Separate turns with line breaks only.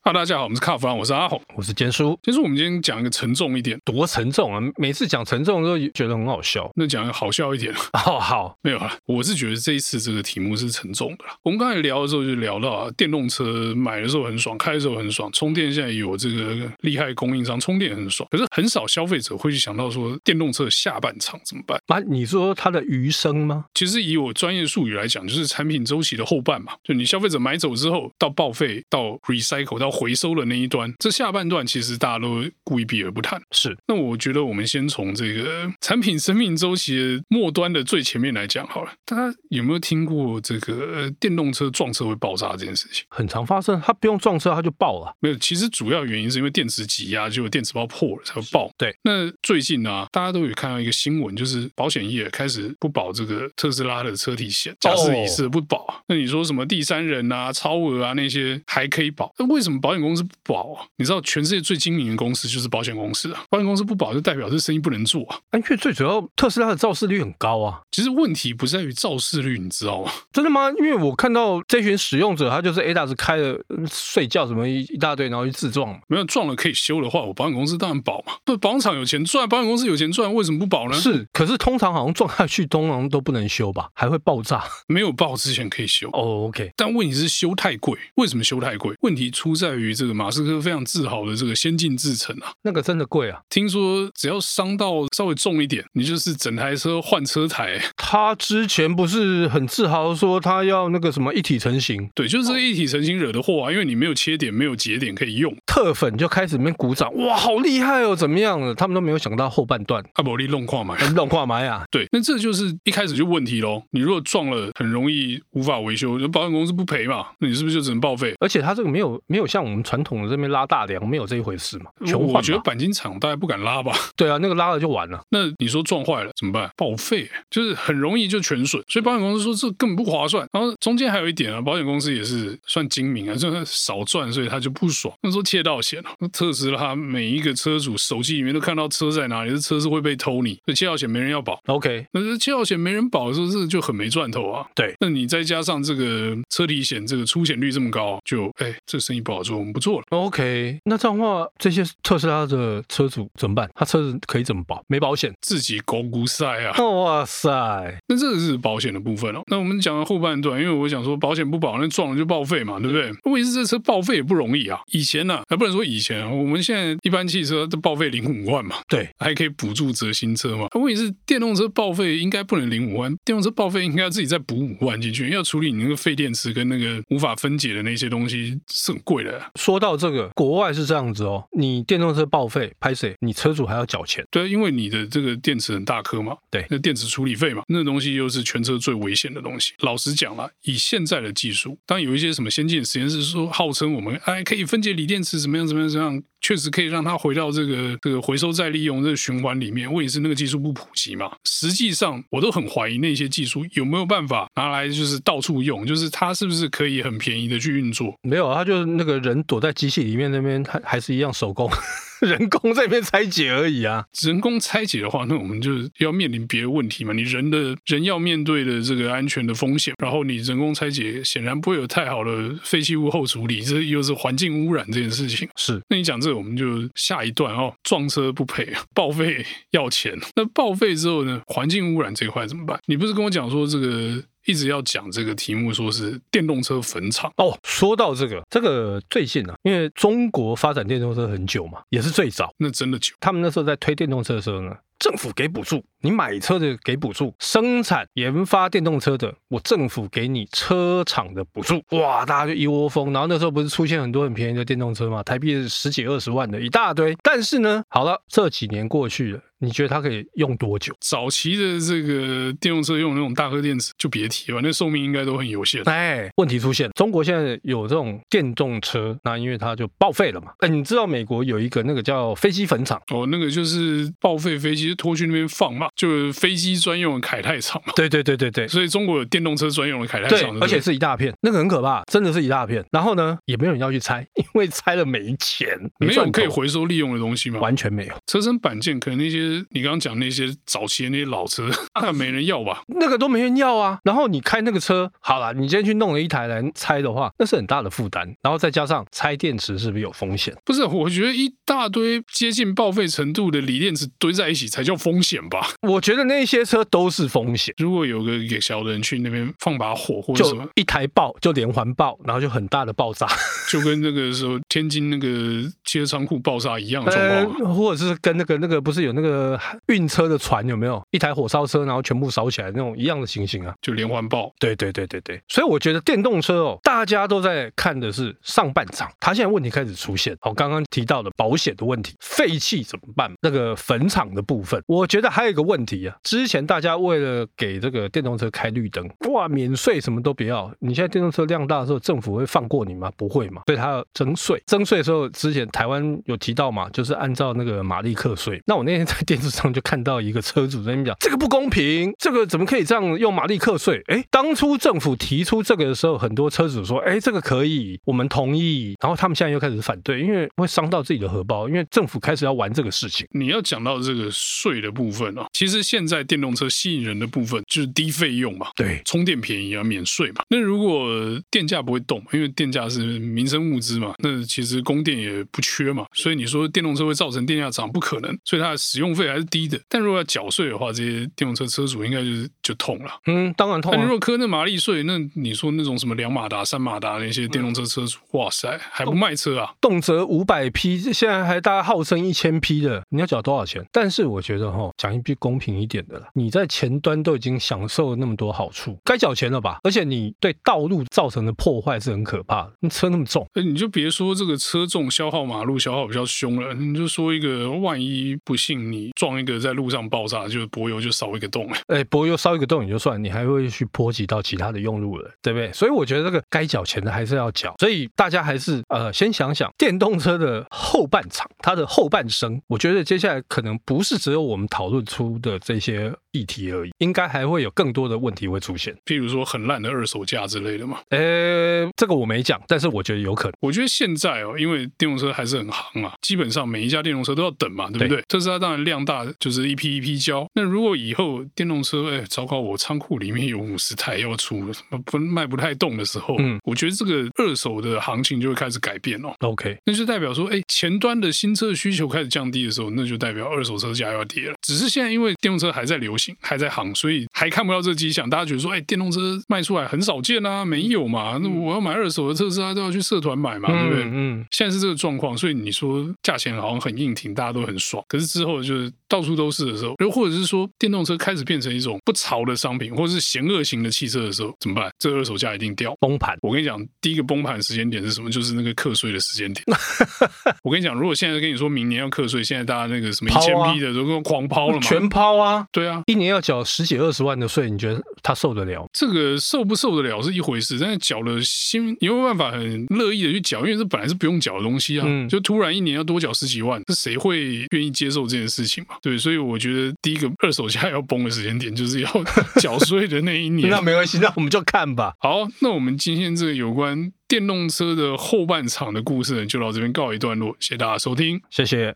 哈，大家好，我们是卡弗朗，我是阿红。
我是坚叔，
其实我们今天讲一个沉重一点，
多沉重啊！每次讲沉重都觉得很好笑。
那讲一个好笑一点，
哦，好，
没有啦，我是觉得这一次这个题目是沉重的啦。我们刚才聊的时候就聊到啊，电动车买的时候很爽，开的时候很爽，充电现在有这个厉害供应商，充电很爽。可是很少消费者会去想到说电动车的下半场怎么办。
啊，你说它的余生吗？
其实以我专业术语来讲，就是产品周期的后半嘛，就你消费者买走之后，到报废、到 recycle、到回收的那一端，这下半段其实大家都故意避而不谈。
是
那我觉得我们先从这个产品生命周期的末端的最前面来讲好了。大家有没有听过这个呃电动车撞车会爆炸这件事情？
很常发生，它不用撞车它就爆了。
没有，其实主要原因是因为电池挤压，结果电池包破了才会爆。
对，
那最近呢、大家都有看到一个新闻，就是保险业开始不保这个特斯拉的车体险，驾驶
哦
一次不保啊。那你说什么第三人啊、超额啊那些还可以保，那为什么保险公司不保啊？你知道全世界最精明的公司就是保险公司啊，保险公司不保就代表这生意不能做啊。
啊因为最主要特斯拉的肇事率很高啊。
其实问题不在于肇事率，你知道吗？
真的吗？因为我看到这群使用者，他就是 ADAS 开了嗯睡觉什么一一大堆，然后去自撞嘛。
没有撞了可以修的话，我保险公司当然保嘛。不，保险厂有钱赚，保险公司有钱赚，为什么不保呢？
是，可是通常好像撞下去，通常都不能修吧，还会爆炸。
没有报之前可以修。
哦，OK，
但问题是修太贵，为什么修太贵？问题出在于这个马斯克非常自豪的这个先进制程啊。
那个真的贵啊。
听说只要伤到稍微重一点，你就是整台车换车台。
他之前不是很自豪说他要那个什么一体成型，
对，就是这个一体成型惹的祸啊，因为你没有切点，没有节点可以用。
特粉就开始里面鼓掌，哇，好厉害哦，怎么样了？他们都没有想到后半段，
阿伯利啊弄矿嘛，
很懂话埋 啊，
对，那这就是一开始就问题喽。你如果撞了，很容易无法维修，就保险公司不赔嘛，那你是不是就只能报废？
而且他这个没有没有像我们传统的这边拉大梁，没有这一回事嘛，全
我
换
我觉得
嘛
钣金厂大概不敢拉吧。
对啊，那个拉了就完了。
那你说撞坏了怎么办？报废、欸就是很容易就全损。所以保险公司说这根本不划算。然后中间还有一点啊，保险公司也是算精明啊，就是少赚，所以他就不爽。那时候窃盗险啊，那特斯拉每一个车主手机里面都看到车在哪里，这车是会被偷你，所以窃盗险没人要保。
OK，
那这切到险没人保的时候，这就很没赚头啊。
对，
那你再加上这个车体险，这个出险率这么高，就哎，这生意不好做，我们不做了。
OK，那这样的话，这些特斯拉的车主怎么办？他车子可以怎么保？没保险？
自己狗骨塞啊，
哇塞，
那这个是保险的部分哦。那我们讲到后半段，因为我想说保险不保，那撞了就报废嘛，对不对？问题是这车报废也不容易啊。以前呢、啊，还不能说以前啊，我们现在一般汽车都报废零五万嘛，
对，
还可以补助折新车嘛。问题是电动车报废应该不能零五万，电动车报废应该自己再补五万进去，因为要处理你那个废电池跟那个无法分解的那些东西是很贵的啊、
说到这个，国外是这样子哦，你电动车报废，拍谁？你车主还要缴钱。
对，因为你的这个电池很大颗嘛，
对
那电池处理费嘛，那东西又是全车最危险的东西。老实讲啦，以现在的技术，当然有一些什么先进的实验室说号称我们哎可以分解锂电池怎么样怎么样怎么样，确实可以让它回到这个这个回收再利用这个循环里面。问题是那个技术不普及嘛，实际上我都很怀疑那些技术有没有办法拿来就是到处用，就是它是不是可以很便宜的去运作。
没有啊，他就是那个人躲在机器里面那边，还还是一样手工， 人工在那边拆解而已啊。
人工拆解的话，那我们就是要面临别的问题嘛。你人的人要面对的这个安全的风险，然后你人工拆解显然不会有太好的废弃物后处理，这又是环境污染这件事情。
是
那你讲这个，我们就下一段哦。撞车不赔，报废要钱。 那报废之后呢？环境污染这一块怎么办？你不是跟我讲说这个一直要讲这个题目，说是电动车坟场？
哦，说到这个，这个最近啊，因为中国发展电动车很久嘛，也是最早。
那真的久。
他们那时候在推电动车的时候呢，政府给补助，你买车的给补助，生产研发电动车的，我政府给你车厂的补助，哇，大家就一窝蜂。然后那时候不是出现很多很便宜的电动车嘛，台币十几二十万的一大堆。但是呢，好了，这几年过去了，你觉得它可以用多久？
早期的这个电动车用那种大颗电池就别提了，那寿命应该都很有限。
哎，问题出现了，中国现在有这种电动车，那因为它就报废了嘛。哎，你知道美国有一个那个叫飞机坟场？
哦，那个就是报废飞机就拖去那边放嘛，就是飞机专用的凯泰厂嘛。
对对对对对，
所以中国有电动车专用的凯泰
对
厂，，
而且
对不对
是一大片，那个很可怕，真的是一大片。然后呢，也没有人要去拆，因为拆了没钱，
没有
赚头
可以回收利用的东西嘛。
完全没有。
车身板件可能那些些你刚刚讲那些早期的那些老车， 那没人要吧？
那个都没人要啊。然后你开那个车，好了，你今天去弄了一台来拆的话，那是很大的负担。然后再加上拆电池是不是有风险？
不是，我觉得一大堆接近报废程度的锂电池堆在一起才叫风险吧？
我觉得那些车都是风险，
如果有个给小的人去那边放把火或者什么
就，一台爆就连环爆，然后就很大的爆炸，
就跟那个时候天津那个汽车仓库爆炸一样的
呃
状况啊。，
或者是跟那个那个不是有那个运车的船有没有一台火烧车，然后全部烧起来那种一样的情形啊？
就连环爆，
对对对对对，所以我觉得电动车哦，大家都在看的是上半场，它现在问题开始出现。哦，刚刚提到的保险的问题，废气怎么办？那个坟场的部分，我觉得还有一个问题啊，之前大家为了给这个电动车开绿灯，哇，免税什么都不要，你现在电动车量大的时候，政府会放过你吗？不会嘛，所以它要征税。征税的时候，之前台湾有提到嘛，就是按照那个马力克税。那我那天在电视上就看到一个车主在那边讲，这个不公平，这个怎么可以这样用马力克税？哎，当初政府提出这个的时候，很多车主说，哎，这个可以，我们同意。然后他们现在又开始反对，因为会伤到自己的荷包，因为政府开始要玩这个事情。
你要讲到这个税的部分哦，其实现在电动车吸引人的部分就是低费用嘛，
对，
充电便宜啊，免税嘛。那如果呃电价不会动，因为电价是民生物资嘛，那其实供电也不缺嘛，所以你说电动车会造成电价涨，不可能，所以它的使用费还是低的。但如果要缴税的话，这些电动车车主应该就是就痛了。
嗯，当然痛、
但
啊
如。果磕那马力税，那你说那种什么两马达、三马达那些电动车车主，哇塞，还不卖车啊？
动辄五百匹，现在还大家号称一千匹的，你要缴多少钱？但是我觉得哈，讲一句公平一点的啦，你在前端都已经享受了那么多好处，该缴钱了吧？而且你对道路造成的破坏是很可怕的，你车那么重，
哎，你就别说这个车重消耗马路消耗比较凶了，你就说一个，万一不幸你撞一个在路上爆炸，就是柏油就少一个洞了。
哎，柏油烧一个洞也就算，你还会去波及到其他的用路人，对不对？所以我觉得这个该缴钱的还是要缴，所以大家还是呃先想想电动车的后半场，它的后半生，我觉得接下来可能不是只有我们讨论出的这些议题而已，应该还会有更多的问题会出现。
譬如说很烂的二手价之类的嘛。
呃，这个我没讲，但是我觉得有可能。
我觉得现在哦，因为电动车还是很行啊，基本上每一家电动车都要等嘛，对不对？
对
特斯拉当然量大，就是一批一批交。那如果以后电动车，哎，糟糕，我仓库里面有五十台要出了，不卖不太动的时候，
嗯
我觉得这个二手的行情就会开始改变哦。
OK，
那就代表说，哎，前端的新车需求开始降低的时候，那就代表二手车价要跌了。只是现在因为电动车还在流行，还在行，所以还看不到这迹象。大家觉得说，哎，电动车卖出来很少见啊，没有嘛？那我要买二手的特斯拉都要去社团买嘛，对不对？
嗯，
现在是这个状况，所以你说价钱好像很硬挺，大家都很爽。可是之后就是到处都是的时候，又或者是说电动车开始变成一种不潮的商品，或者是邪恶型的汽车的时候，怎么办？这二手价一定掉。
崩盘。
我跟你讲，第一个崩盘时间点是什么？就是那个课税的时间 点。我跟你讲，如果现在跟你说明年要课税，现在大家那个什么一
抛
千
啊
批的都跟狂抛了嘛？
全抛啊！
对啊，
一年要缴十几二十万的税，你觉得他受得了？
这个受不受得了是一回事，但是缴了心，你有没有办法很乐意的去缴？因为这本来是不用缴的东西啊，
嗯
就突然一年要多缴十几万，这谁会愿意接受这件事情嘛？对，所以我觉得第一个二手价要崩的时间点就是要 缴税的那一年。啊
那没关系，那我们就看吧。
好，那我们今天这个有关电动车的后半场的故事呢，就到这边告一段落，谢谢大家收听。
谢谢。